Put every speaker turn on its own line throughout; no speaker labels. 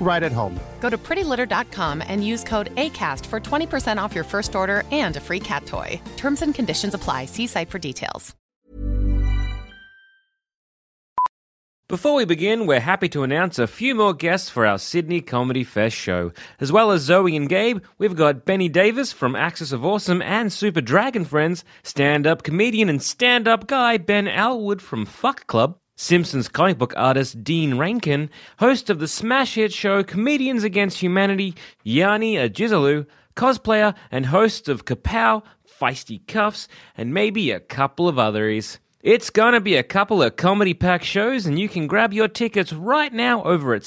right at home.
Go to prettylitter.com and use code ACAST for 20% off your first order and a free cat toy. Terms and conditions apply. See site for details.
Before we begin, we're happy to announce a few more guests for our Sydney Comedy Fest show. As well as Zoe and Gabe, we've got Benny Davis from Axis of Awesome and Super Dragon Friends, stand up comedian and stand up guy Ben Alwood from Fuck Club, Simpsons comic book artist Dean Rankin, host of the smash hit show Comedians Against Humanity, Yanni Ajizalu, cosplayer and host of Kapow, Feisty Cuffs, and maybe a couple of others. It's gonna be a couple of comedy pack shows, and you can grab your tickets right now over at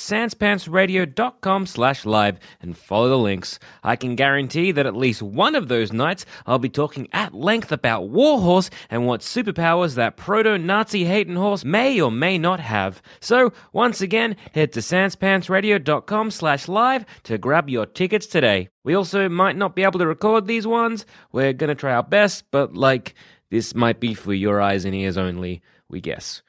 sanspantsradio.com slash live and follow the links. I can guarantee that at least one of those nights I'll be talking at length about Warhorse and what superpowers that proto-Nazi hating horse may or may not have. So once again, head to sanspantsradio.com slash live to grab your tickets today. We also might not be able to record these ones. We're gonna try our best, but like this might be for your eyes and ears only, we guess.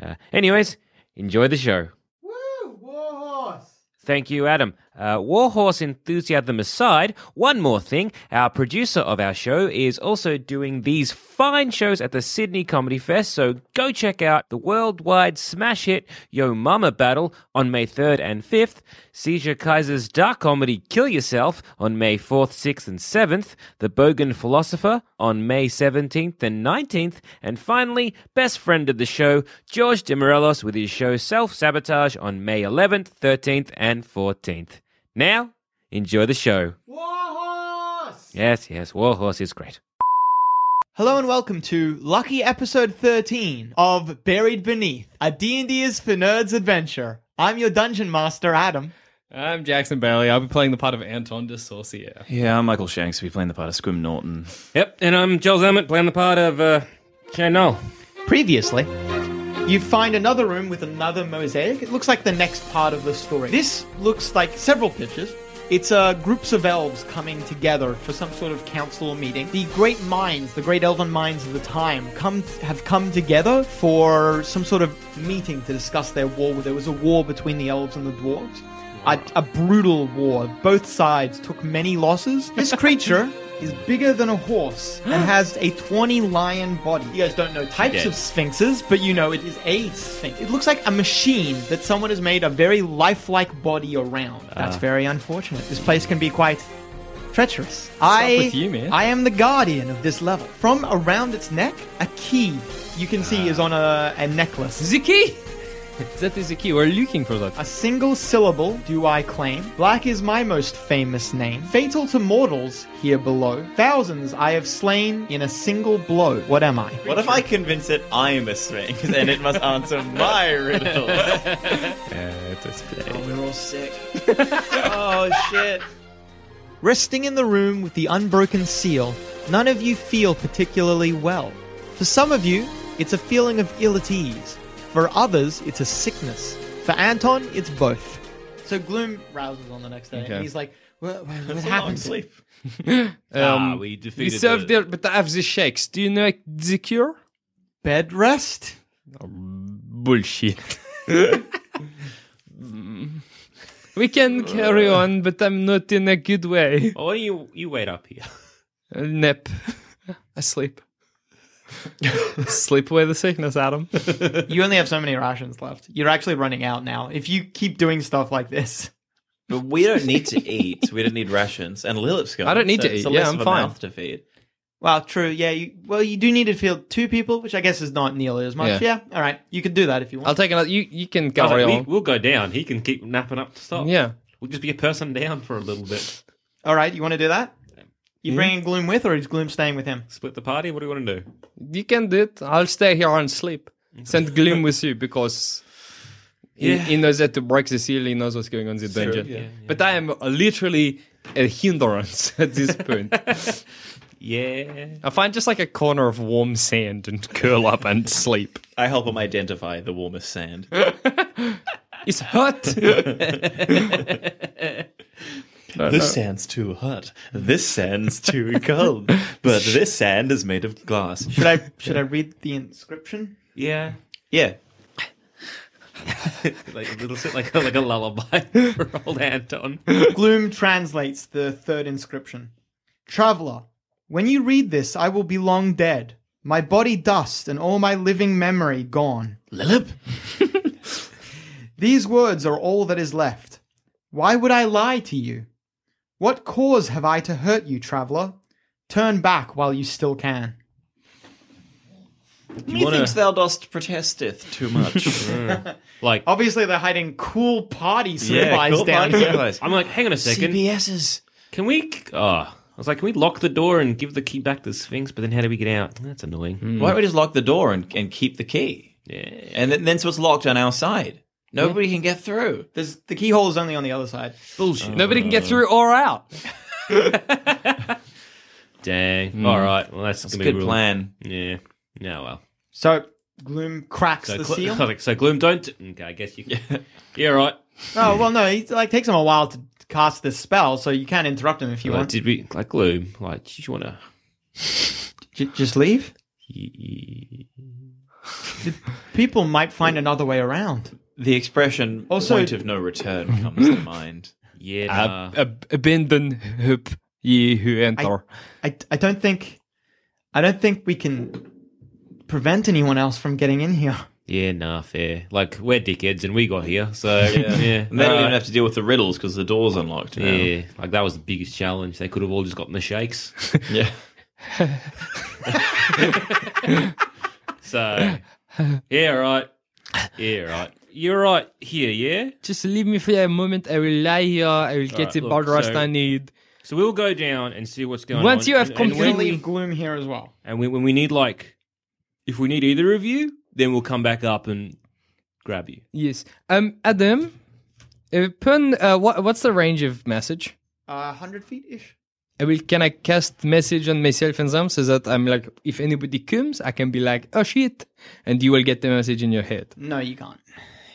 Uh, anyways, enjoy the show.
Woo! Warhorse!
Thank you, Adam. Uh, Warhorse enthusiasm aside, one more thing. Our producer of our show is also doing these fine shows at the Sydney Comedy Fest, so go check out the worldwide smash hit Yo Mama Battle on May 3rd and 5th, Seizure Kaiser's dark comedy Kill Yourself on May 4th, 6th, and 7th, The Bogan Philosopher on May 17th and 19th, and finally, best friend of the show, George DeMorelos with his show Self Sabotage on May 11th, 13th, and 14th. Now, enjoy the show.
Warhorse!
Yes, yes, Warhorse is great.
Hello and welcome to lucky episode 13 of Buried Beneath, a D&D is for nerds adventure. I'm your dungeon master, Adam.
I'm Jackson Bailey. I'll be playing the part of Anton de Saucier.
Yeah, I'm Michael Shanks. Be playing the part of Squim Norton.
Yep, and I'm Joel Zammett playing the part of uh, Chanel.
Previously, you find another room with another mosaic. It looks like the next part of the story. This looks like several pictures. It's uh, groups of elves coming together for some sort of council or meeting. The great minds, the great elven minds of the time, come have come together for some sort of meeting to discuss their war. There was a war between the elves and the dwarves. A, a brutal war. Both sides took many losses. This creature is bigger than a horse and has a tawny lion body. You guys don't know types of sphinxes, but you know it is a sphinx. It looks like a machine that someone
Ah.
has made a very lifelike body around. That's very unfortunate. This place can be quite treacherous.
up
I,
with you, man?
I am the guardian of this level. From around its neck, a key you can
Ah.
see is on a, a necklace.
Ziki! Is that the Ziki? We're looking for that.
A single syllable do I claim. Black is my most famous name. Fatal to mortals here below. Thousands I have slain in a single blow. What am I?
What if I convince it I'm a sphinx and it must answer my riddle? oh, we're all sick. oh shit.
Resting in the room with the unbroken seal, none of you feel particularly well. For some of you, it's a feeling of ill at ease. For others, it's a sickness. For Anton, it's both. So Gloom rouses on the next day, and he's like, "What, what, what
Long
happened?"
sleep. Ah,
Um,
we
we
defeated.
served there, but I have the shakes. Do you know the cure?
Bed rest.
bullshit.
We can carry on, but I'm not in a good way.
Well, why don't Oh, you you wait up here?
A nap. I sleep. sleep away the sickness, Adam.
You only have so many rations left. You're actually running out now. If you keep doing stuff like this,
But we don't need to eat. We don't need rations. And Lilip's gone.
I don't need
so
to
it's
eat.
a
Yeah,
less
I'm
of a
fine.
mouth to feed.
well, true. Yeah. You, well, you do need to feed two people, which I guess is not nearly as much.
Yeah.
Yeah. All right. You could do that if you want.
I'll take another. You you can
I was
carry
like, we,
on.
we'll go down. He can keep napping up to stop.
Yeah.
We'll just be a person down for a little bit.
All right, you want to do that? You bringing Gloom with, or is Gloom staying with him?
Split the party. What do you want to do?
You can do it. I'll stay here and sleep. Send Gloom with you because he,
Yeah.
he knows that to break the seal, he knows what's going on in the danger. But I am literally a hindrance at this point.
Yeah.
I find just like a corner of warm sand and curl up and sleep.
I help him identify the warmest sand.
It's hot.
this sand's too hot. This sand's too cold. But this sand is made of glass.
Should I should I read the inscription?
Yeah.
Yeah.
Like a little sit like a, like a lullaby for old Anton.
Gloom translates the third inscription. Traveler, when you read this, I will be long dead. My body dust and all my living memory gone.
Lilip?
These words are all that is left. Why would I lie to you? What cause have I to hurt you, traveler? Turn back while you still can.
Methinks thou dost protesteth too much.
Like
Obviously, they're hiding cool party
yeah,
supplies
cool
down
party
here.
supplies.
I'm like, hang on a second.
CBS's.
Can we? Oh, I was like, can we lock the door and give the key back to the Sphinx? But then how do we get out? That's annoying.
Hmm.
Why don't we just lock the door and, and keep the key?
Yeah.
And then, then so it's locked on our side. Nobody can get through.
There's, the keyhole is only on the other side.
Bullshit.
Nobody can get through or out.
Dang.
Hmm.
All right. Well, that's,
It's a
gonna be
good
real-
plan.
Yeah. No. Well.
So Gloom cracks
So, oh,
the
Glo-
seal.
I was like, so gloom. Don't. Okay. I guess you. Can... yeah. all Right.
oh well, no, it like takes him a while to cast this spell, so you can't interrupt him if you
Like,
want.
did we like gloom? Like, did you want to?
J- just leave. People might find another way around.
The expression
Also-
point of no return comes to mind.
Yeah. nah.
Ab- ab- abandon hope ye who enter.
I, I don't think, I don't think we can prevent anyone else from getting in here.
yeah. Nah. Fair. Like we're dickheads and we got here. So yeah. yeah.
And they don't
All
even
right.
have to deal with the riddles because the door's unlocked now.
Yeah, like that was the biggest challenge. They could have all just gotten the shakes.
Yeah.
So, yeah, all right. Yeah, all right. You're right here, yeah?
Just leave me for a moment. I will lie here. I will get
Alright,
the
look,
blood rust
so-
I need.
So we'll go down and see what's going on.
Once you have
And- and
We're gonna
completely-
when
leave Gloom here as well.
we, and we, when we need, like, if we need either of you, then we'll come back up and grab you.
Yes. Um, Adam, uh, pun, uh, what, what's the range of message?
Uh, hundred feet ish.
I will can I cast message on myself and them so that I'm like, if anybody comes, I can be like, oh shit, and you will get the message in your head.
No, you can't.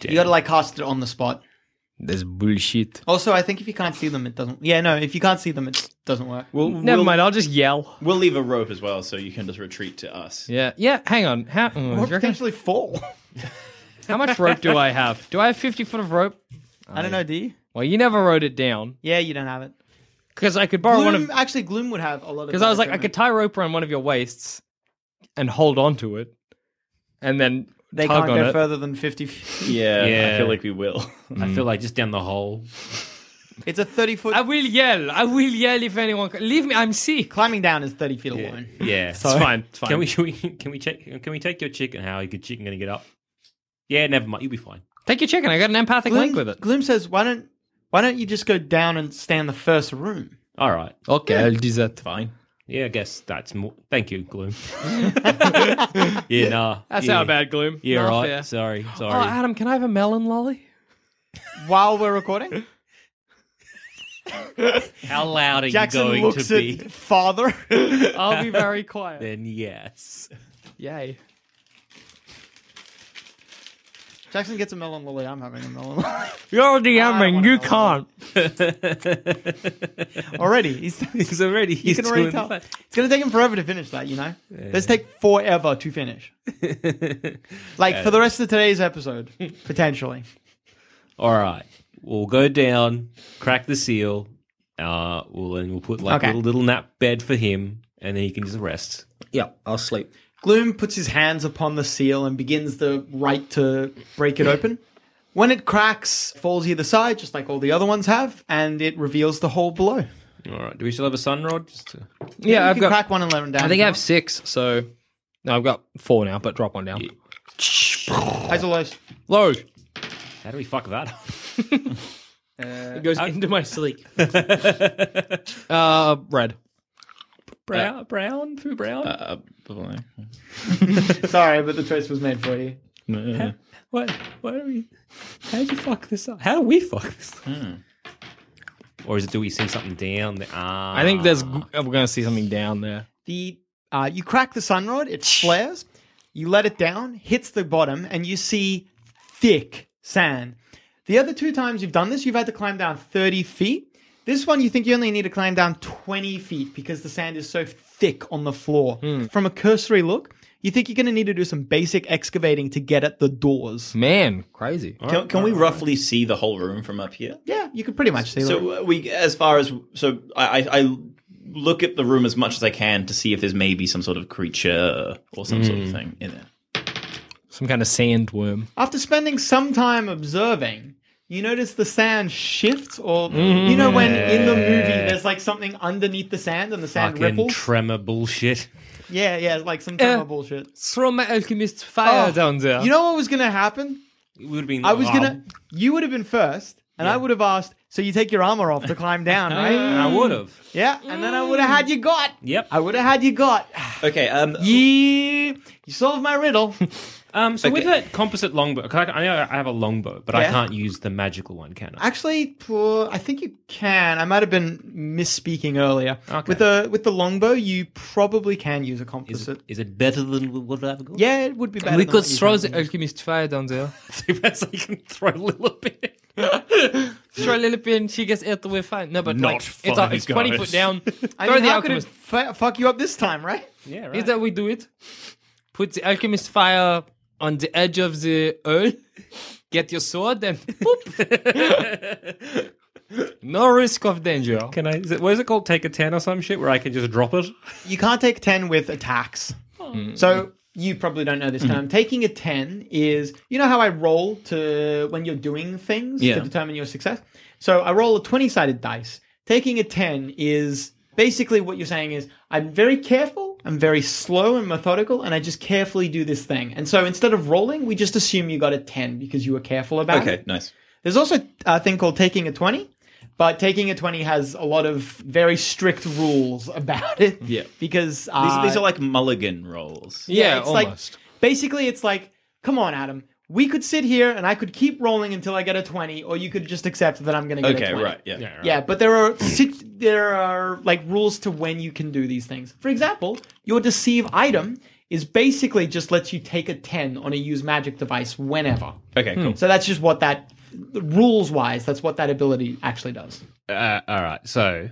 You gotta like cast it on the spot.
That's bullshit.
Also, I think if you can't see them, it doesn't. Yeah, no, if you can't see them, it doesn't work.
We'll,
Never
we'll,
mind. I'll just yell.
We'll leave a rope as well so you can just retreat to us.
Yeah. Yeah. Hang on. How, oh, do
Or
you reckon-
potentially fall.
how much rope do I have? Do I have 50 foot of rope?
I don't know, do you?
Well, you never wrote it down
Yeah, you don't have it.
because I could borrow one
Gloom,
of.
actually, Gloom would have a lot of.
Because I was like, I
equipment.
could tie rope around one of your waists and hold on to it, and then
They
tug
can't
on
go
it.
further than 50 feet.
Yeah,
Yeah.
Mm.
I feel like we will.
I feel like just down the hole.
It's a 30 foot.
I will yell. I will yell if anyone. c- Leave me. I'm sick.
climbing down is 30 feet alone.
Yeah, it's fine. It's fine. Can we, can we can we check can we take your chicken? How are your chicken going to get up? Yeah, never mind. You'll be fine.
Take your chicken. I got an empathic link with it.
Gloom says, "Why don't why don't you just go down and stay in the first room?"
All right.
Okay, I'll do that.
Fine. Yeah, I guess that's more. Thank you, Gloom. yeah, nah.
That's
yeah.
our bad gloom.
Yeah,
Not
right.
fair.
Sorry, sorry.
Oh, Adam, can I have a melon lolly?
While we're recording,
How loud are
Jackson
you going
looks
to be?
at father.
I'll be very quiet.
Then yes.
Yay.
Jackson gets a melon lolly. I'm having a melon lolly
You're DMing. You can't.
already. He's,
He's already.
you
He's
can already
doing
tell.
that.
It's gonna take him forever to finish that. You know, let's take forever to finish. like for the rest of today's episode, potentially.
All right. We'll go down, crack the seal. Uh, we'll and we'll put like
Okay.
little little nap bed for him, and then he can just rest.
Yeah, I'll sleep.
Gloom puts his hands upon the seal and begins the right to break it open. When it cracks, falls either side, just like all the other ones have, and it reveals the hole below.
All right. Do we still have a sun rod? Just to...
Yeah,
you
I've
can
got.
crack one and let him down.
I think
if
I
you
have six, so no, I've got four now, but drop one down.
want. Eyes are low.
Low.
How do we fuck that up?
Uh,
It goes into my sleep. uh, red.
Brown, brown through brown.
Uh,
Sorry, but the choice was made for you.
what? What are we? How do you fuck this up? How do we fuck this? up?
Hmm.
Or is it? Do we see something down there? Ah,
I think there's. g- I'm gonna see something down there.
The uh, you crack the sun rod, it flares. You let it down, hits the bottom, and you see thick sand. The other two times you've done this, you've had to climb down 30 feet. This one, you think you only need to climb down 20 feet because the sand is so thick on the floor.
Hmm.
From a cursory look, you think you're going to need to do some basic excavating to get at the doors.
Man, crazy.
uh, Can, can we roughly see the whole room from up here?
Yeah, you could pretty much see that.
So uh, we, as far as so, I, I I look at the room as much as I can to see if there's maybe some sort of creature or some sort
Mm.
of thing in there.
Some kind of sandworm.
After spending some time observing, you notice the sand shifts, or
Mm-hmm.
you know when in the movie there's like something underneath the sand and the sand
fucking Eh.
ripples.
tremor bullshit.
yeah, yeah, like some kind of bullshit.
Throw my alchemist fire
Oh,
down there.
You know what was gonna happen?
It would have been.
I was
oh,
gonna. You would have been first, and I would have asked. So you take your armor off to climb down, right?
I would have.
yeah, and then I would have had you got.
Yep.
I would have had you got.
Okay. Um.
Yeah, you solved my riddle.
Um, so with
Okay.
that composite longbow, 'cause I, I know I have a longbow, but I
Yeah.
can't use the magical one, can I?
Actually, poor, I think you can. I might have been misspeaking earlier.
Okay.
With the with the longbow, you probably can use a
Is
composite.
it, is it better than what I've got?
Yeah, it would be better.
we
than
could
what you
throw
have.
the alchemist fire down there.
Too bad so you can throw a little bit.
throw a little bit and she gets it with fire. No, but
Not
like,
funny,
it's, uh, it's 20
guys.
foot down.
I
throw
mean,
the
how could it
alchemist.
f- fuck you up this time, right?
Yeah, right.
Is that we do it? Put the alchemist fire on the edge of the oil. Get your sword and boop. no risk of danger.
Can I? Is it, what is it called? Take a ten or some shit where I can just drop it.
You can't take ten with attacks.
Hmm.
So you probably don't know this term. Taking a ten is you know how I roll to when you're doing things
Yeah.
to determine your success. So I roll a twenty sided dice. Taking a ten is basically what you're saying is I'm very careful, I'm very slow and methodical, and I just carefully do this thing. And so instead of rolling, we just assume you got a ten because you were careful about it.
Okay. Nice.
There's also a thing called taking a 20, but taking a 20 has a lot of very strict rules about it.
Yeah.
Because
These,
uh,
these are like mulligan rolls.
Yeah,
it's like-
almost.
basically it's like, come on, Adam, we could sit here and I could keep rolling until I get a 20, or you could just accept that I'm going to get a
Okay.
20.
Right. Yeah.
Yeah, right.
Yeah, but there are sit- there are like rules to when you can do these things. For example, your deceive item is basically just lets you take a 10 on a use magic device whenever.
Okay. Cool.
So that's just what that rules wise, that's what that ability actually does.
Uh, all right. So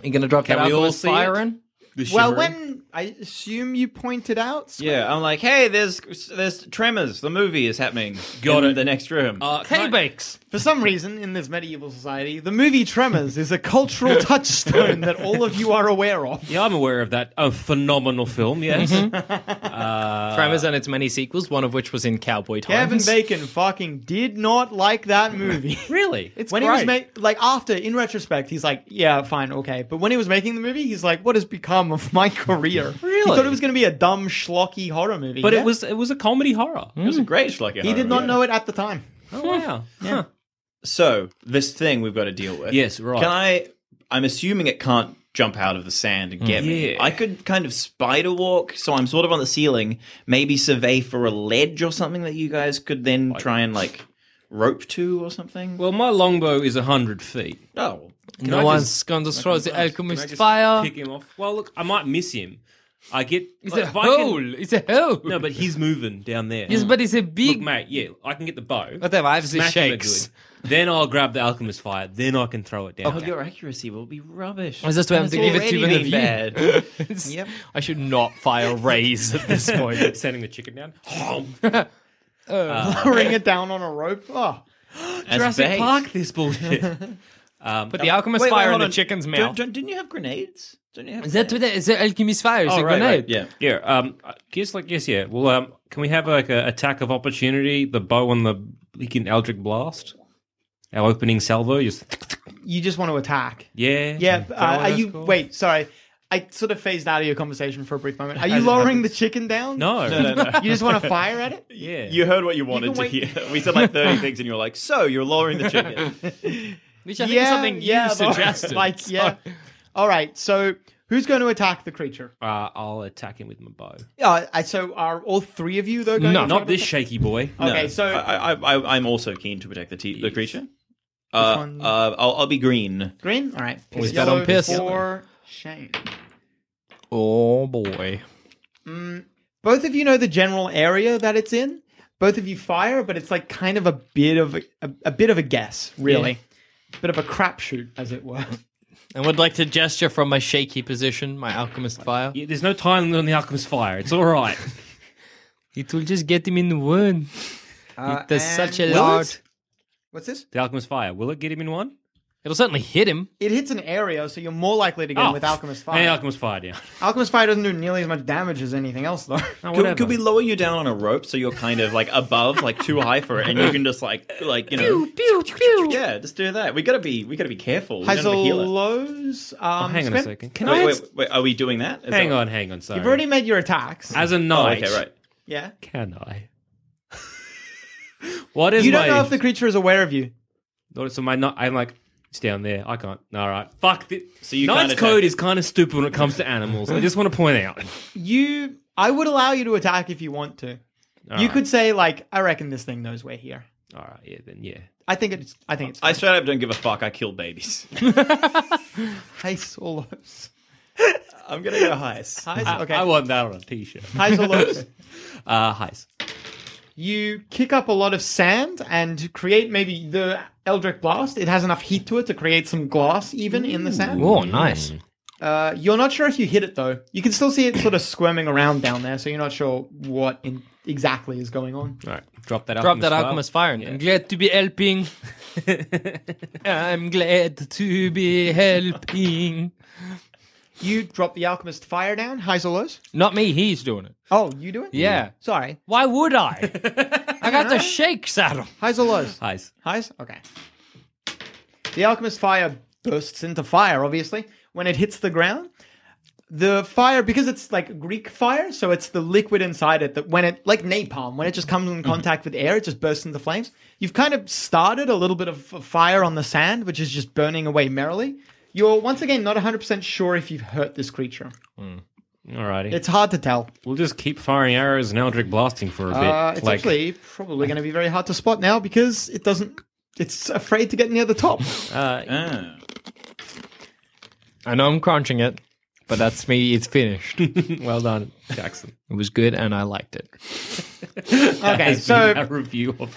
Hmm. You gonna drop
Can
that
we all
alchemist
see
fire
it?
in?
The
well,
shivering.
when I assume you pointed out,
Yeah, I'm like, hey, there's there's Tremors. The movie is happening.
Got
in
it.
The next room. Uh,
Hey,
bakes.
For some reason, in this medieval society, the movie Tremors is a cultural touchstone that all of you are aware of.
Yeah, I'm aware of that. A phenomenal film, yes.
Mm-hmm. Uh, Tremors and its many sequels, one of which was in cowboy
Kevin
times.
Bacon fucking did not like that movie.
really?
It's
when he was
great.
ma- like after in retrospect, he's like, yeah, fine, okay. But when he was making the movie, he's like, what has become of my career? He
Really?
thought it was going to be a dumb schlocky horror movie,
But
yeah?
it was it was a comedy horror.
Hmm.
It
Mm.
was a great schlocky
He did not know it at the time.
Oh wow. Huh.
So this thing we've got to deal with.
Yes, right.
Can I? I'm assuming it can't jump out of the sand and
Mm,
get me.
Yeah.
I could kind of spider walk, so I'm sort of on the ceiling. Maybe survey for a ledge or something that you guys could then try and like rope to or something.
Well, my longbow is hundred feet.
Oh,
Can
no
I
one's
just-
going to throw the alchemist
just
fire.
Kick him off. Well, look, I might miss him. I get.
It's
like,
a
if I can-
hole. It's a hole.
no, but he's moving down there.
yes, but it's a big.
Look, mate, yeah, I can get the bow.
Whatever, I've seen
smack him a
shakes.
good, Then I'll grab the alchemist fire. Then I can throw it down.
Oh, your accuracy will be rubbish.
I was just having to give it to
Already
one of you.
been bad.
It's-
Yep.
I should not fire rays at this point. Oh,
Sending the chicken down.
Lowering it down on a rope. Oh.
As
Jurassic
bait.
Park. This bullshit. um,
Put the alchemist
Wait, wait,
fire in
hold
the
on.
chicken's
Don't-
mouth.
don't- didn't you have grenades? Don't you have
Is that
grenades?
what it is? The alchemist fire is a grenade.
Yeah.
Oh, Yeah, um, I guess like yes, yeah. Well, um, can we have like a attack of opportunity? The bow and the leaking Eldritch blast. Our opening salvo, just
You just want to attack.
yeah,
Yeah.
Is
Uh,
that what
are
that's
you?
called?
Wait, sorry. I sort of phased out of your conversation for a brief moment. Are you
As it
lowering the
happens.
chicken down?
No,
No, no, no.
You just want to fire at it?
yeah.
You heard what you wanted
can
to
wait-
hear. We said like 30 things, and you were like, so you're lowering the chicken.
Which I think is something you
yeah, but-
suggested.
Like, yeah. All right. So, who's going to attack the creature?
Uh, I'll attack him with my bow.
Uh, I- so, are all three of you though going?
No.
to try
Not
to
this
attack?
shaky boy.
Okay,
No,
so
I, I, I, I'm also keen to protect the, te- the creature. Uh,
one?
uh, I'll, I'll be green.
Oh,
green. All right.
Always
Piss
bet on
yellow
piss.
for Shane.
Oh boy.
Both of you know the general area that it's in. Both of you fire, but it's like kind of a bit of a, a, a bit of a guess, really. Bit of a crapshoot, as it were.
I would like to gesture from my shaky position, my alchemist fire.
Yeah, there's no time on the alchemist fire. It's all right.
It will just get him in one.
Uh,
it does such a
and-
lot.
What's this?
the alchemist fire. Will it get him in one?
It'll certainly hit him.
It hits an area, so you're more likely to get him with Alchemist Fire.
Oh. Hey, alchemist fire down.
Alchemist Fire doesn't do nearly as much damage as anything else, though.
No,
Could,
whatever.
could we lower you down on a rope so you're kind of like above, like too high for it, and you can just like, like you know, yeah, just do that. We gotta be, we gotta be careful. We
Has
gotta
a
be healer.
lows. Um,
Oh, hang on a
spend-
second. Can I?
Wait, wait, wait, are we doing that? Is
hang
that-
on, hang on. Sorry.
You've already made your attacks.
As a
Oh,
knight,
okay, right.
yeah.
Can I? what is
You don't
my
know if the creature is aware of you.
Not- So my not, I'm like, it's down there. I can't. All right. Fuck. This.
So you
Knight's
can't
code
attack.
is kind of stupid when it comes to animals. I just want to point out.
You. I would allow you to attack if you want to. you could say like, "I reckon this thing knows we're here."
All right. Yeah. Then yeah.
I think it's. I think it's.
I straight up don't give a fuck. I kill babies.
Heis or lows.
I'm gonna go highest.
Heis- okay.
I want that on a t-shirt.
Heis or lows.
Uh, highs.
You kick up a lot of sand and create maybe the Eldritch Blast. It has enough heat to it to create some glass even in the sand.
Oh, nice.
Uh, you're not sure if you hit it though. You can still see it sort of squirming around down there, so you're not sure what in- exactly is going on.
All right. Drop that.
Drop that
file.
alchemist fire. I'm glad to be helping. I'm glad to be helping.
You drop the alchemist fire down, highs or lows?
Not me, he's doing it.
Oh, you do it?
Yeah.
Sorry,
Why would I? I got the shakes out of him.
highs or lows?
Highs.
Highs. Okay. The alchemist fire bursts into fire. Obviously, when it hits the ground, the fire because it's like Greek fire, so it's the liquid inside it that when it like napalm, when it just comes in contact with air, it just bursts into flames. You've kind of started a little bit of f- fire on the sand, which is just burning away merrily. You're once again not 100% sure if you've hurt this creature.
Alrighty.
It's hard to tell.
we'll just keep firing arrows and Eldritch blasting for a bit.
Uh, it's actually probably going to be very hard to spot now because it doesn't. It's afraid to get near the top.
Ah.
I know I'm crunching it, but that's me. It's finished. it
well done, Jackson.
was good and I liked it.
Okay,
Has been
so
our review of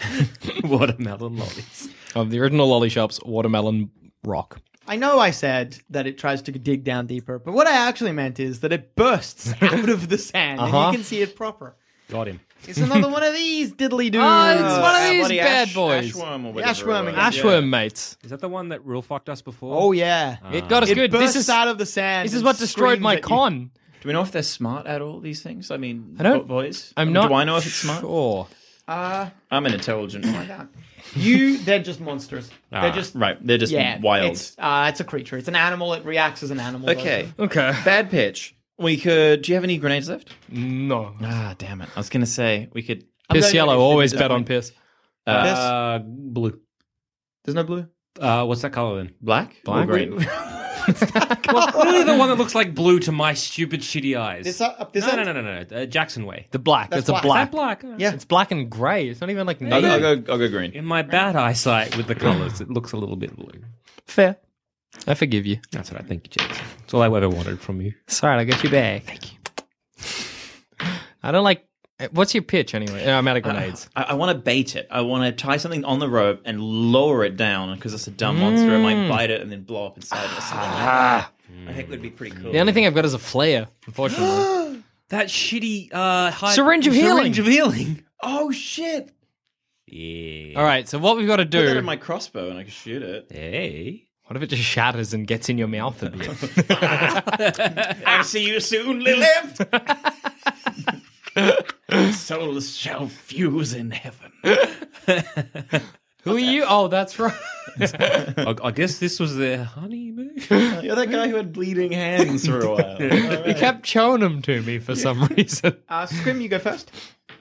watermelon lollies.
Of the original lolly shops, watermelon rock.
I know I said that it tries to dig down deeper, but what I actually meant is that it bursts out of the sand
Uh-huh.
and you can see it proper.
Got him.
It's another one of these diddly doos.
Oh, it's one of these
Uh, bloody
bad
ash-
boys.
Ashworm or
The
whatever.
ashworm
it was.
again.
Ashworm, mates.
Is that the one that real fucked us before?
Oh yeah,
Ah. It got us
it
good.
bursts
This is
out of the sand.
this is
and
what destroyed
screams
my
at you.
con.
Do we know if they're smart at all? These things. I mean,
I don't-
boys.
I'm not.
Do I know if it's smart?
Sure.
Uh,
I'm an intelligent one.
you, they're just monsters.
Ah,
they're just
right. They're just
yeah,
wild.
It's, uh, it's a creature. It's an animal. It reacts as an animal. does.
Okay.
Okay.
Bad pitch. We could. Do you have any grenades left?
No.
Ah, damn it. I was gonna say we could.
Piss
going
yellow.
with
Always
this
bet on
one.
piss.
Uh, blue.
There's no blue.
Uh, what's that color then?
Black. Black. Or green.
well, clearly the one that looks like blue to my stupid shitty eyes.
This up- up this
no,
end?
no, no, no, no. Uh, Jackson Way.
The black.
That's
That's, a
black.
black.
Black. That black.
Yeah.
It's black and grey. It's not even like
I'll,
native.
go- I'll go. I'll go green.
In my bad eyesight with the colors, it looks a little bit blue.
Fair. I forgive you.
That's what I think, Jackson. It's all I ever wanted from you.
Sorry, I got you back. Thank you. I don't like. What's your pitch anyway? No, I'm out of grenades.
I, I want to bait it. I want to tie something on the rope and lower it down because it's a dumb monster. It
Mm.
might bite it and then blow up inside it or something. like
Ah.
that. I think would be pretty cool.
the only thing I've got is a flare, unfortunately.
That shitty uh, high-
Syringe of healing.
Syringe of healing.
Oh shit!
Yeah.
All right, so what we've got to
Put that
do.
in my crossbow and I can shoot it.
Hey.
what if it just shatters and gets in your mouth a bit?
I'll see you soon, Lilith. Souls shall fuse in heaven.
Who are you? Oh, that's right.
I, I guess this was their honeymoon. All
You're that guy who had bleeding hands for a while.
He kept showing them to me for some reason.
Uh, Scrim, you go first.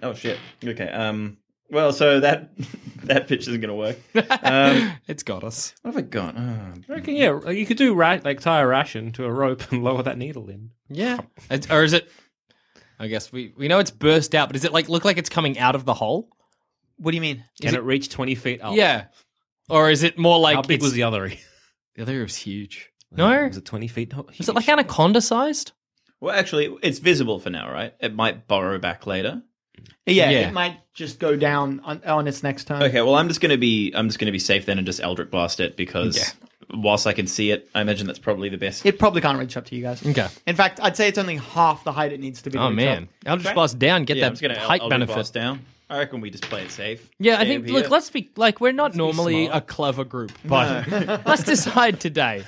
oh shit. Okay. Um. Well, so that that pitch isn't gonna work. Um,
It's got us.
what have I got? Oh,
right. Yeah, like, you could do ra- like tie a ration to a rope and lower that needle in.
Yeah. It's- or is it? I guess we we know it's burst out, but does it like look like it's coming out of the hole?
What do you mean?
Can it, reach twenty feet up?
Yeah. Or is it more like
How big
it's-
was the other? ear?
The other was huge. No,
Was it twenty feet? Oh,
is it like anaconda sized?
well, actually, it's visible for now, right? It might borrow back later.
Yeah,
Yeah.
it might just go down on, on its next turn.
Okay. Well, I'm just gonna be I'm just gonna be safe then and just Eldritch blast it because whilst I can see it, I imagine that's probably the best.
It probably can't reach up to you guys.
Okay.
In fact, I'd say it's only half the height it needs to be. to
Oh
reach
man,
up.
Eldritch Blast down, get
yeah, I'm
that
just gonna
height
Eldritch
benefit.
blast down. I reckon we just play it safe.
Yeah, I
Stay
think.
over
Look,
here.
let's be like we're not normally a clever group, but let's decide today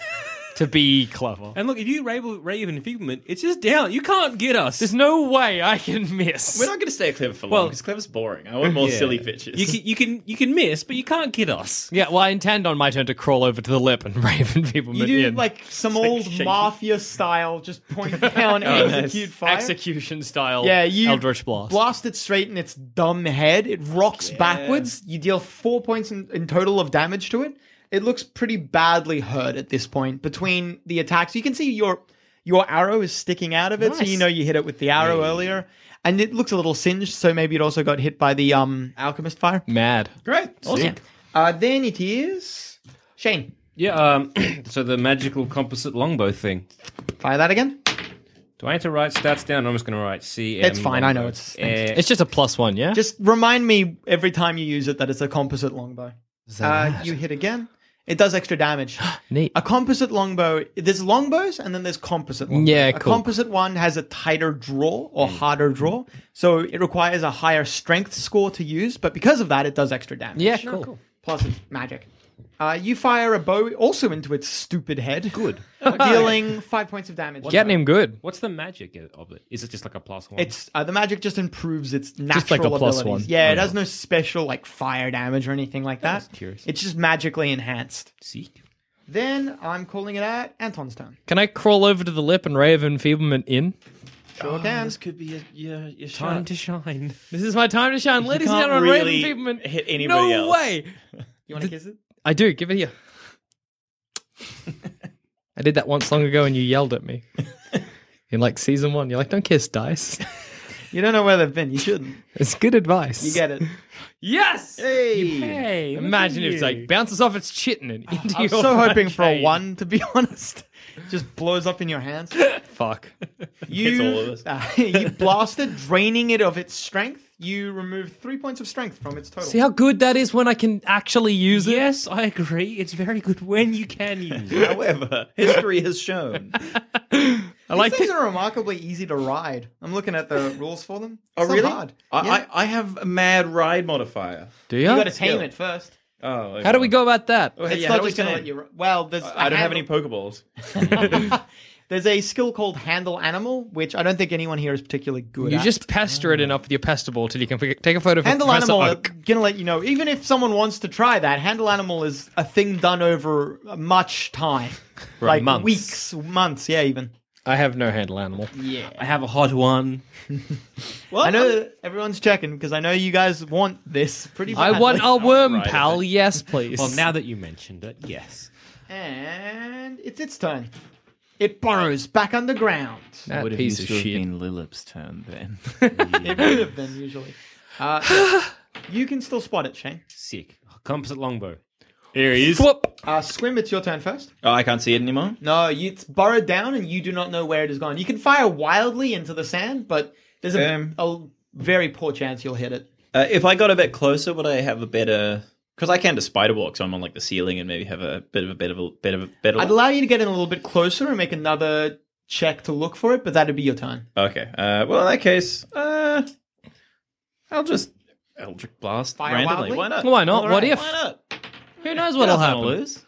to be clever.
And look, if you Raven, Raven Figment, it's just down. You can't get us.
There's no way I can miss.
We're not going to stay at Clever for long
Well-
because Clever's boring. I want more silly pitches.
You can, you can you can miss, but you can't get us.
Yeah, well, I intend on my turn to crawl over to the lip and raven people
You do
in.
like some old
shaky.
mafia style, just point down and
Oh, nice.
execute fire.
execution style.
yeah, you
Eldritch Blast.
blast it straight in its dumb head. It rocks backwards. You deal four points in, in total of damage to it. It looks pretty badly hurt at this point. Between the attacks, you can see your your arrow is sticking out of it, so you know you hit it with the arrow earlier. And it looks a little singed, so maybe it also got hit by the um alchemist fire.
Mad.
Great, awesome. Uh, then it is Shane.
Yeah. Um. so the magical composite longbow thing.
Fire that again.
Do I need to write stats down? I'm just going to write C.
It's fine, I know it's-
Uh,
It's just a plus one, yeah.
Just remind me every time you use it that it's a composite longbow. Uh, you hit again. It does extra damage.
Neat.
Eh,
A composite longbow. There's longbows and then there's composite longbow.
Yeah,
A
cool.
composite one has a tighter draw or harder draw, so it requires a higher strength score to use. But because of that, it does extra damage.
yeah, cool.
Plus, it's magic. Uh, you fire a bow also into its stupid head. Good. Dealing five points of damage.
Getting him good.
what's the magic of it? Is it just like a plus one?
It's uh, the magic just improves its natural
like a plus
abilities.
one.
Yeah, it has no special like fire damage or anything like that.
curious.
It's just magically enhanced.
C.
Then I'm calling it out Anton's turn.
Can I crawl over to the lip and raven feeblement in?
Sure can.
Oh, this could be a, your, your
Time
shot.
to shine.
Uh, This is my time to shine, ladies and
can't
gentlemen.
really
raven feeblement.
hit anybody
no
else.
way.
You want to kiss it?
I do. Give it here. I did that once long ago, and you yelled at me. In like season one, you're like, "Don't kiss dice."
You don't know where they've been. You shouldn't.
It's good advice.
You get it.
Yes.
Hey.
Hey. Imagine if it's like bounces off its chit and it into
I'm
your.
so hoping for a
front
one, to be honest. Just blows up in your hands.
chain. Fuck.
You,
all of us.
Ah, you blast it, draining it of its strength. You remove three points of strength from its total.
See how good that is when I can actually use it.
Yes, I agree. It's very good when you can use it.
However, history has shown
I like
These
that.
are remarkably easy to ride. I'm looking at the rules for them.
Oh,
It's not
really?
Hard.
I,
Yeah.
I, I have a mad ride modifier.
Do
You
you?
got to tame it first.
Oh,
How do we go about that?
Okay,
it's
Oh, yeah, how
not
do we
just going to
tame?
let you. ri- Well, there's.
I
a
don't have
handle-
any Pokeballs.
There's a skill called Handle Animal, which I don't think anyone here is particularly good
You
at.
just pester it enough with your pester ball till you can pick- take a photo of
Handle
Professor
Animal,
Oak.
I'm gonna let you know. Even if someone wants to try that, Handle Animal is a thing done over much time, like
months.
weeks, months, yeah, even.
I have no handle animal.
I have a hot one.
I know everyone's checking because I know you guys want this pretty badly.
I want a worm,
right, I
pal. Yes, please.
Well, now that you mentioned it, yes.
and it's its turn. It burrows back underground.
that piece of shit.
Lilip's turn then.
It would have been usually. Uh, yes. you can still spot it, Shane.
Sick. Composite longbow.
Here he is.
Whoop.
Uh, Squim, it's your turn first.
Oh, I can't see it anymore.
No, you, it's burrowed down, and you do not know where it has gone. You can fire wildly into the sand, but there's a,
Um.
a very poor chance you'll hit it.
Uh, if I got a bit closer, would I have a better? Because I can do spider walk, so I'm on like the ceiling and maybe have a bit of a bit of a bit of a better.
I'd allow you to get in a little bit closer and make another check to look for it, but that'd be your turn.
Okay. Uh, well, in that case, uh, I'll just Eldritch Blast
Fire
randomly.
wildly?
Why not?
Why not? What if?
Why not?
Who knows what'll
Nothing to
happen?
Lose.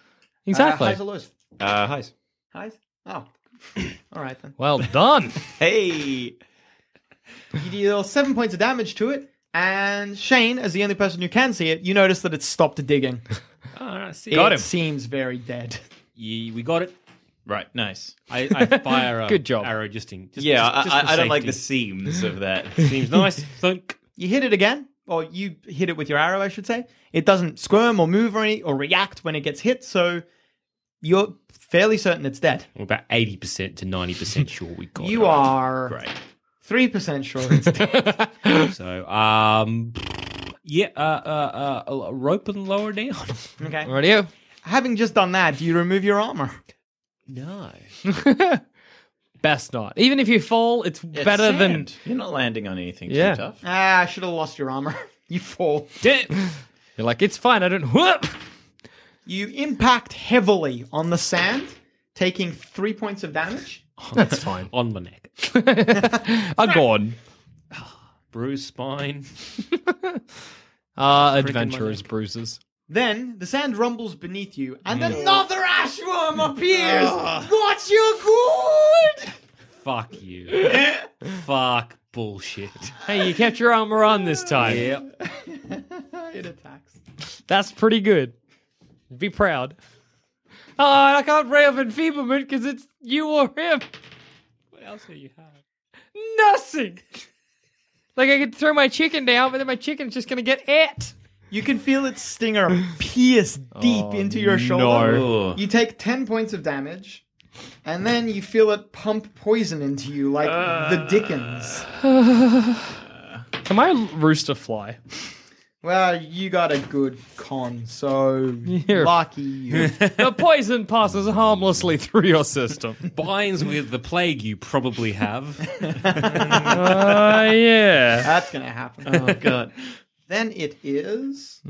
Exactly.
Uh, highs or lows?
Uh, highs.
Highs? Oh. All right, then.
well done.
Hey.
You deal seven points of damage to it, and Shane, as the only person who can see it, you notice that it's stopped digging.
All right, sick.
Got
it
him.
seems very dead.
Ye- we got it.
Right. Nice.
I, I fire a
Good job.
arrow just in. Just,
Yeah,
just- just
I,
for
I, I don't like the
safety.
seams of that.
Seems nice. Thunk.
You hit it again, or you hit it with your arrow, I should say. It doesn't squirm or move or, any, or react when it gets hit, so you're fairly certain it's dead.
We're about eighty percent to ninety percent sure we got it.
you are
Great.
3% sure it's dead.
So, um, yeah, uh, uh, uh, a rope and lower down.
Okay.
Radio.
Having just done that, do you remove your armor?
No.
Best not. Even if you fall, it's, better than.
Sand. you're not landing on anything
Yeah.
too tough.
Ah, I should have lost your armor. You fall.
Damn.
You're like, it's fine. I don't. Whoop.
You impact heavily on the sand, taking three points of damage.
That's fine.
Oh, On my neck. Ah,
I'm gone.
Bruise spine.
Ah, adventurers, bruises.
Then the sand rumbles beneath you, and another ashworm appears. What's your good?
Fuck you. Fuck bullshit.
Hey, you kept your armor on this time.
It attacks.
That's pretty good. Be proud. Oh, I can't ray of enfeeblement because it's you or him.
What else do you have?
Nothing. Like I could throw my chicken down, but then my chicken's just gonna get it.
You can feel its stinger pierce deep into your shoulder.
no.
You take ten points of damage, and then you feel it pump poison into you like the Dickens.
Am I a rooster fly?
Well, you got a good con, so
You're-
lucky you.
the poison passes harmlessly through your system.
Binds with the plague you probably have.
Ah, yeah.
That's gonna happen.
Oh god.
Then it is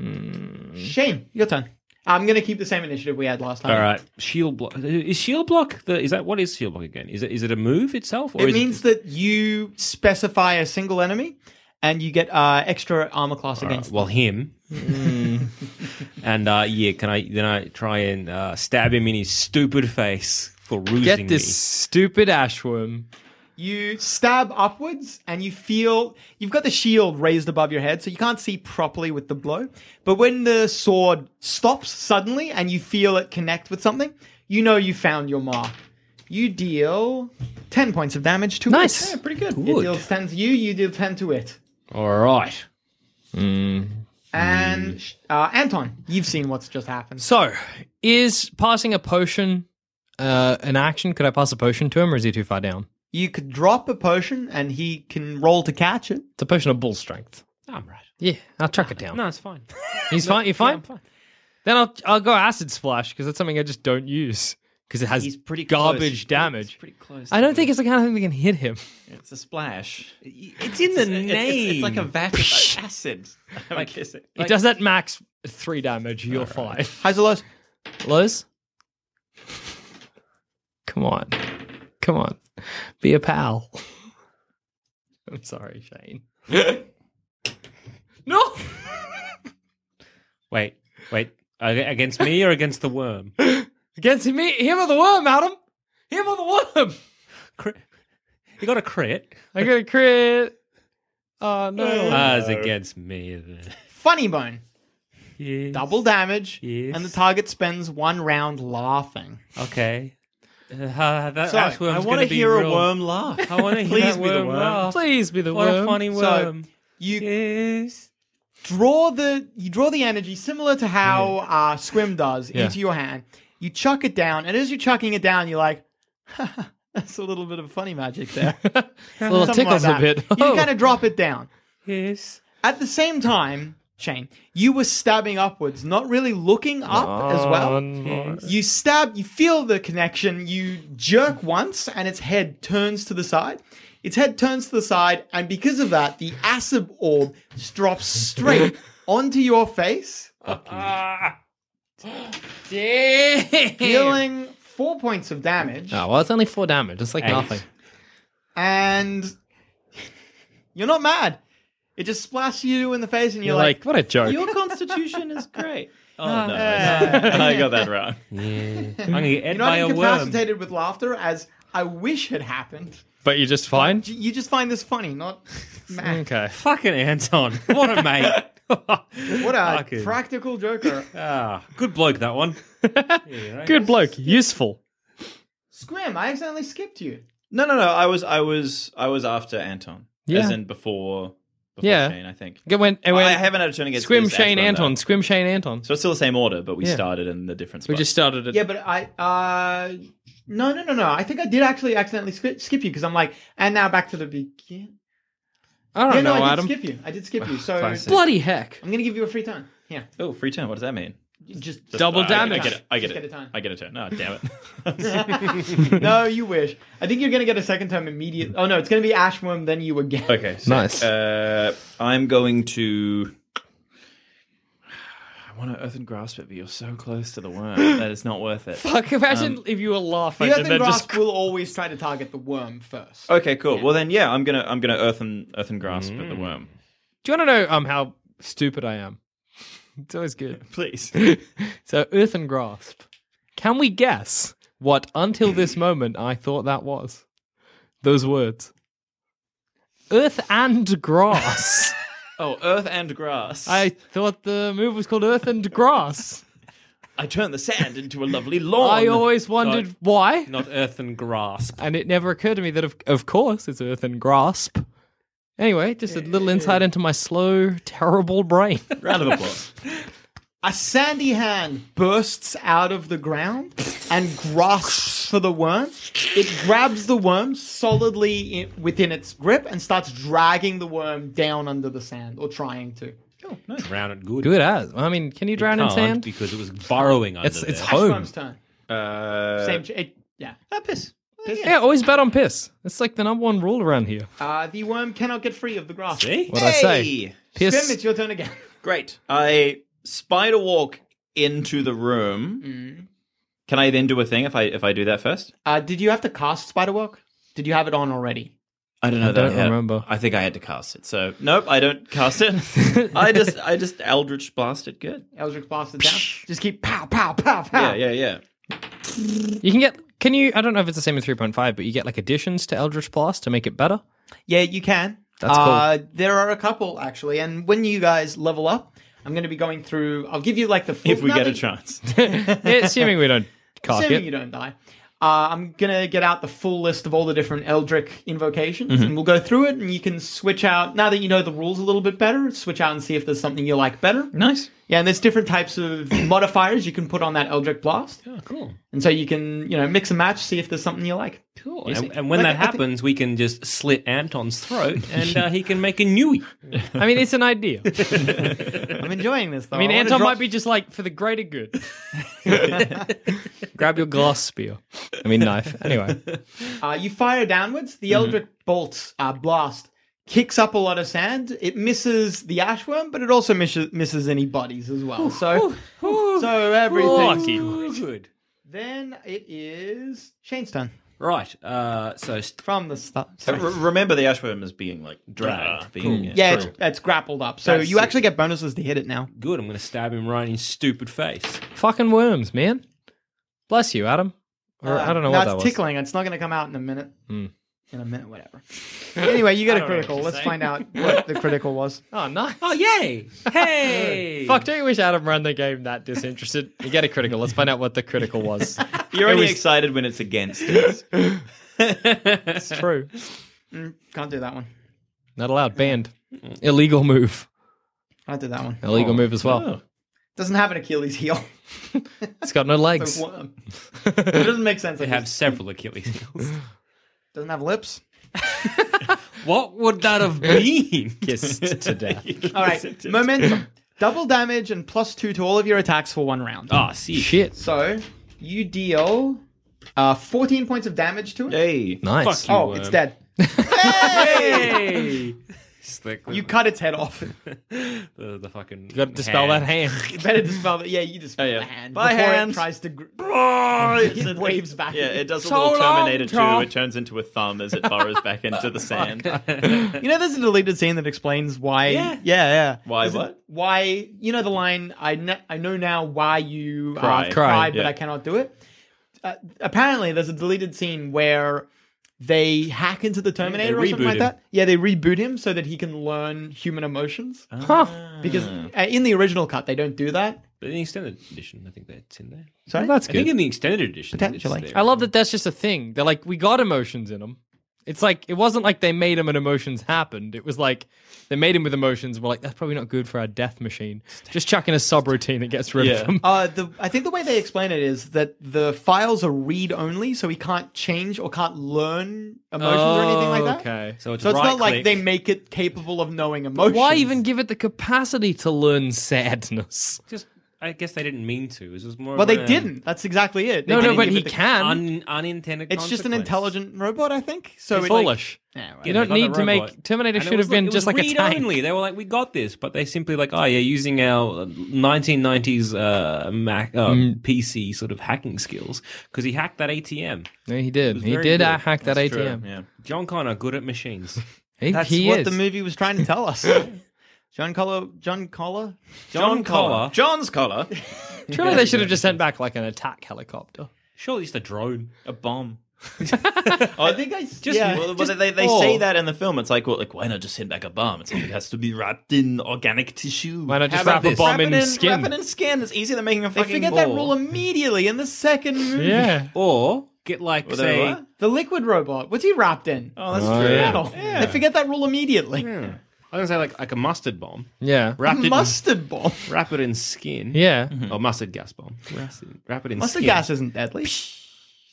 Shane. Your turn. I'm gonna keep the same initiative we had last time.
All right. Shield block. Is shield block the? Is that what is shield block again? Is it? Is it a move itself? Or
It
is
means that you specify a single enemy, and you get uh, extra armor class
All right,
against.
well, him.
Hmm.
and uh, yeah, can I then I try and uh, stab him in his stupid face for
Get
losing
this stupid ashworm.
You stab upwards, and you feel you've got the shield raised above your head, so you can't see properly with the blow. But when the sword stops suddenly, and you feel it connect with something, you know you found your mark. You deal ten points of damage to
Nice.
it.
Yeah, pretty good.
It deals ten to you. You deal ten to it.
me. All right.
And uh, Anton, you've seen what's just happened.
So, is passing a potion uh, an action? Could I pass a potion to him, or is he too far down?
You could drop a potion and he can roll to catch it.
It's a potion of bull strength.
I'm right.
Yeah, I'll track it down.
No, it's fine.
He's
No,
fine. You're
yeah,
fine.
I'm fine.
Then I'll I'll go acid splash because that's something I just don't use because it has
He's pretty close.
garbage
He's
damage.
pretty close.
I don't think it's the kind of thing that can hit him.
It's a splash.
It's in the
It's- it's-
name.
It's, like a vat of acid. I'm
Like-
guessing.
it does that max three damage. You're
Highs or lows?
fine. Lows. Come on, come on, be a pal. I'm sorry, Shane. no.
Wait, wait. Ag- Against me or against the worm?
Against me, him or the worm, Adam. Him or the worm.
Crit. You got a crit.
I got a crit. Oh no.
Ah, it's against me. then.
Funny bone.
Yeah.
Double damage.
Yes.
And the target spends one round laughing.
Okay. Uh, that
So,
ash worm's
I
want to
hear a worm laugh.
I want to hear
Please
that
be the
worm
worm.
laugh.
Please be the
What
worm.
a funny
So-
worm.
You
yes.
draw the you draw the energy similar to how uh, Squim does
Yeah.
into your hand. You chuck it down, and as you're chucking it down, you're like, "That's a little bit of funny magic there."
A little
Something like
tickles a
that.
bit. Oh.
You kind of drop it down.
Yes.
At the same time, Shane, you were stabbing upwards, not really looking up as
Oh,
well. You stab, you feel the connection, you jerk once, and its head turns to the side. Its head turns to the side, and because of that, the acid orb drops straight onto your face,
Ah.
dealing four points of damage.
Ah,
Oh, well, it's only four damage. It's like
Eight.
nothing.
And you're not mad. It just splashes you in the face, and you're,
You're like, what a joke. Uh,
Your constitution is great. Oh no,
Yeah.
I got that wrong.
I'm gonna get ate
You're not
by a worm.
incapacitated with laughter, as I wish had happened.
But you're just fine?
J- You just find this funny, not mad.
Okay.
Fucking Anton. What a mate.
What a
Fucking-
practical joker.
Ah, good bloke that one.
Good bloke. Useful.
Scrim, I accidentally skipped you.
No, no, no. I was, I was, I was after Anton.
Yeah.
As in before, before
Yeah.
Shane, I think.
It went, it
I
went
haven't had a turn against
Squim
this
Shane
Ashburn, though.
Anton. Squim Shane Anton.
So it's still the same order, but we
Yeah.
started in the different spot.
we just started it.
Yeah, but I. uh No, no, no, no. I think I did actually accidentally skip, skip you because I'm like, and now back to the beginning.
I don't
Yeah,
know,
no, I did
Adam.
skip you. I did skip you. So
Classic.
Bloody heck.
I'm going to give you a free turn. Yeah.
oh, free turn. What does that mean?
Just.
Just-
Double
I- I-
damage.
I get it. I get
Just get a
it.
turn.
I get a turn. Oh, damn it.
no, you wish. I think you're going to get a second time immediately. Oh, no, it's going to be Ashworm, then you again.
okay. So,
Nice.
Uh, I'm going to. I want to earth and grasp it, but you're so close to the worm that it's not worth it.
Fuck,
Um,
imagine if you were laughing
The
and
Earthen
then
Grasp
just.
will always try to target the worm first.
Okay, cool. Well then, yeah, I'm gonna I'm gonna earth and earth and grasp at the
Mm.
worm.
Do you want to know um, how stupid I am? It's always good.
Please.
So, Earth and Grasp. Can we guess what, until this moment, I thought that was? Those words. Earth and Grass.
Oh, earth and grass.
I thought the move was called Earth and Grass.
I turned the sand into a lovely lawn.
I always wondered
Sorry.
why,
Not earth and grasp.
and it never occurred to me that, of, of course, it's Earth and Grasp. Anyway, just a little insight into my slow, terrible brain.
Round of applause.
A sandy hand bursts out of the ground and grasps for the worm. It grabs the worm solidly in, within its grip and starts dragging the worm down under the sand, or trying to.
Oh,
Drown it good.
Good as. I mean, can you
You
drown in
can't
sand?
Because it was burrowing under
It's- it's
there.
hot. Boom.
Ashworm's turn.
Uh,
Same. ch- It, yeah.
piss.
yeah, always bet on piss. That's like the number one rule around here.
Uh, the worm cannot get free of the grasp.
See?
What I say?
Hey!
Spim,
Piss.
it's your turn again.
Great. I spider walk into the room. Can I then do a thing if I if I do that first?
Uh, did you have to cast Spider Walk? Did you have it on already?
I don't know.
I
that
don't
had-
remember.
I think I had to cast it. So nope, I don't cast it. I just I just eldritch blasted. Good.
Eldritch blasted down. Just keep pow, pow, pow, pow.
Ah.
Yeah, yeah, yeah.
You can get. Can you? I don't know if it's the same in 3.5, but you get like additions to Eldritch Blast to make it better.
Yeah, you can.
That's
Uh, there are a couple actually, and when you guys level up, I'm going to be going through. I'll give you like the full
If we get a
nothing-
chance.
Yeah, assuming we don't cock
Assuming you
it.
don't die, uh, I'm going to get out the full list of all the different Eldric invocations,
Mm-hmm.
and we'll go through it, and you can switch out now that you know the rules a little bit better. Switch out and see if there's something you like better.
nice.
Yeah, and there's different types of modifiers you can put on that Eldritch Blast.
Oh, cool.
And so you can, you know, mix and match, see if there's something you like.
Cool. And, and when that happens, we can just slit Anton's throat, and uh, he can make a newie.
I mean, it's an idea.
I'm enjoying this, though.
I mean,
wanna
Anton
drop-
might be just like, for the greater good. Grab your glass spear. I mean, knife. Anyway.
Uh, you fire downwards. The Eldritch Bolt uh, blast kicks up a lot of sand. It misses the Ashworm, but it also misses, misses any bodies as well. so, so everything's
Fucking good.
Then it is Shane's turn
Right. Uh, so st-
from the start.
So Uh, re- remember the ashworm as being like dragged.
Ah,
being,
cool.
Yeah,
true.
it's, it's grappled up. So
That's
you
it.
actually get bonuses to hit it now.
good. I'm going to stab him right in his stupid face.
Fucking worms, man. Bless you, Adam. Or, I don't know
no,
what
it's
that was.
tickling. It's not going to come out in a minute. In a minute, whatever. anyway, you get a critical. Let's find out what the critical was.
Oh, nice.
Oh, yay! Hey!
Fuck, don't you wish Adam ran the game that disinterested? You get a critical. Let's find out what the critical was.
You're only excited when it's against us. Oh.
It's true.
Can't do that one.
Not allowed. Banned. Illegal move.
Can't do that one.
Illegal move as well.
Oh.
Doesn't have an Achilles heel.
It's got no legs.
So what- it doesn't make sense.
They have several Achilles heels.
Doesn't have lips.
what would that have been?
Kissed to death.
All right, momentum. Double damage and plus two to all of your attacks for one round.
Ah, see.
Shit.
So you deal uh, 14 points of damage to it.
hey.
Nice.
Fuck you.
Oh, it's
worm.
dead.
Hey! Slick.
You cut its head off.
the, the fucking. You
Got to dispel that hand.
You better dispel it. Yeah, you
Oh,
dispel
yeah.
the hand.
Bye,
before
hand.
it tries to. Gr-
it
waves back
Yeah,
at you.
it does a
So
little
long,
Terminator
Tom.
2. It turns into a thumb as it burrows back into the sand.
you know, there's a deleted scene that explains why.
Yeah.
yeah. yeah.
Why
There's a-
what?
Why? You know the line. I kn- I know now why you uh,
Cry.
cried,
Cried,
but
yeah.
I cannot do it. Uh, apparently, there's a deleted scene where they hack into the Terminator or something
reboot
like
him.
that. Yeah, they reboot him so that he can learn human emotions.
Ah.
Huh.
Because uh, in the original cut, they don't do that.
But in the extended edition, I think that's in there.
Sorry,
That's
I think
good.
in the extended edition, it's
Potentially.
there.
I love that that's just a thing. They're like, we got emotions in them. It's like, it wasn't like they made them and emotions happened. It was like they made them with emotions. And we're like, that's probably not good for our death machine. Just chuck in a subroutine that gets rid
Yeah.
of them.
Uh, the I think the way they explain it is that the files are read only, so he can't change or can't learn emotions or anything like
Oh,
that.
Okay.
So it's,
So it's
right
not like
click.
they make it capable of knowing
But
emotions.
why even give it the capacity to learn sadness?
Just, I guess they didn't mean to. It was more.
Well,
of
they
a-
didn't. That's exactly it. They
no, no,
didn't
but
give
he
it the-
can.
Un, unintended.
It's just an
consequence.
intelligent robot, I think. So
It's
it, like-
foolish.
Yeah, well,
You don't
They got
need
the
to make-
robot.
Terminator
And it
should
was
have been
it was
just like a tank.
read-only. They were like, we got this, but they simply like, oh yeah, using our 1990s uh, Mac uh,
Hmm.
PC sort of hacking skills because he hacked that ATM.
No, he did.
was
He
very
did
good.
uh, hack that
That's true,
ATM.
Yeah.
John Connor good at machines.
He,
that's
he
what
is.
the movie was trying to tell us. John Collar, John Collar,
John Collar.
John's collar.
Surely they should have just sent back like an attack helicopter.
Surely it's a drone.
A bomb.
I think I just
Just,
yeah.
well,
just-
they, they
all.
say that in the film. It's like, well, like why not just send back a bomb? It's like, it has to be wrapped in organic tissue.
Why not just
about
wrap a
this?
bomb
Wrap
in,
it in
skin?
Wrap it in skin. It's easier than making a
they
fucking
forget
ball.
that rule immediately in the second movie.
Yeah.
Or get like
Well, they
say
what?
The liquid robot. What's he wrapped in?
Oh, that's
Oh,
true.
Metal. They forget that rule immediately.
I was gonna say like like a mustard bomb.
Yeah.
Wrapped it
Mustard bomb.
in, wrap it in skin.
Yeah.
Or mustard gas bomb. Wrap it in
Mustard
skin.
gas isn't deadly.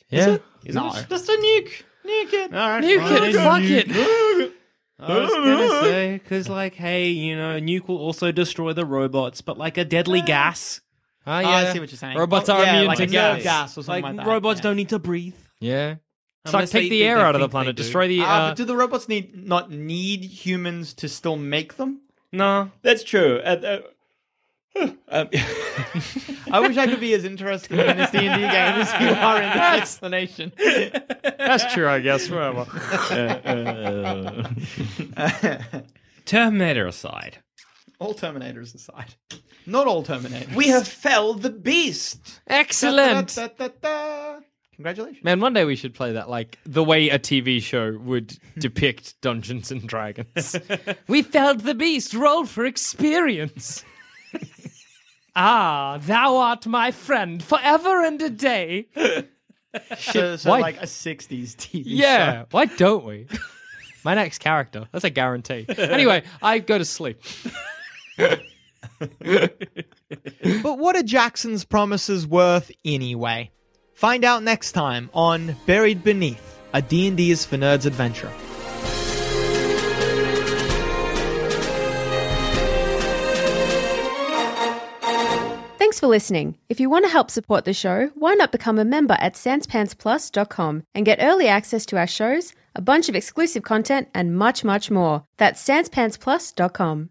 Yeah.
no,
it?
just a nuke. Nuke it.
All right,
You can
fine.
fuck it.
I was gonna say because, like, hey, you know, nuke will also destroy the robots, but like a deadly gas,
Ah,
Oh,
yeah.
I see what you're saying.
Robots
Oh,
are
yeah,
immune
like
to
nerve
gas.
gas or
like,
something like that,
robots
yeah.
don't need to breathe.
Yeah. It's like
Unless
take
they-
the
they-
air
they
out of the
think they
planet,
do.
destroy the.
Ah,
Uh,
but do the robots need not need humans to still make them?
No,
That's true. Uh, uh, um,
I wish I could be as interested in this D and D game as you are in this explanation.
that's true, I guess. Whatever.
Terminator aside,
All Terminators aside, not all Terminators.
we have felled the beast.
Excellent.
Da, da, da, da. Congratulations.
Man, one day we should play that like the way a TV show would depict Dungeons and Dragons. we felled the beast, roll for experience. ah, thou art my friend forever and a day.
So, so
why-
like a '60s TV.
Yeah, why don't we? My next character. That's a guarantee. Anyway, I go to sleep.
but what are Jackson's promises worth anyway? Find out next time on Buried Beneath, a D&D is for nerds adventure.
Thanks for listening. If you want to help support the show, why not become a member at sanspantsplus.com and get early access to our shows, a bunch of exclusive content, and much, much more. That's sanspantsplus.com.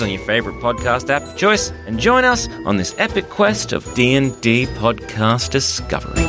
on your favorite podcast app of choice and join us on this epic quest of D&D podcast discovery.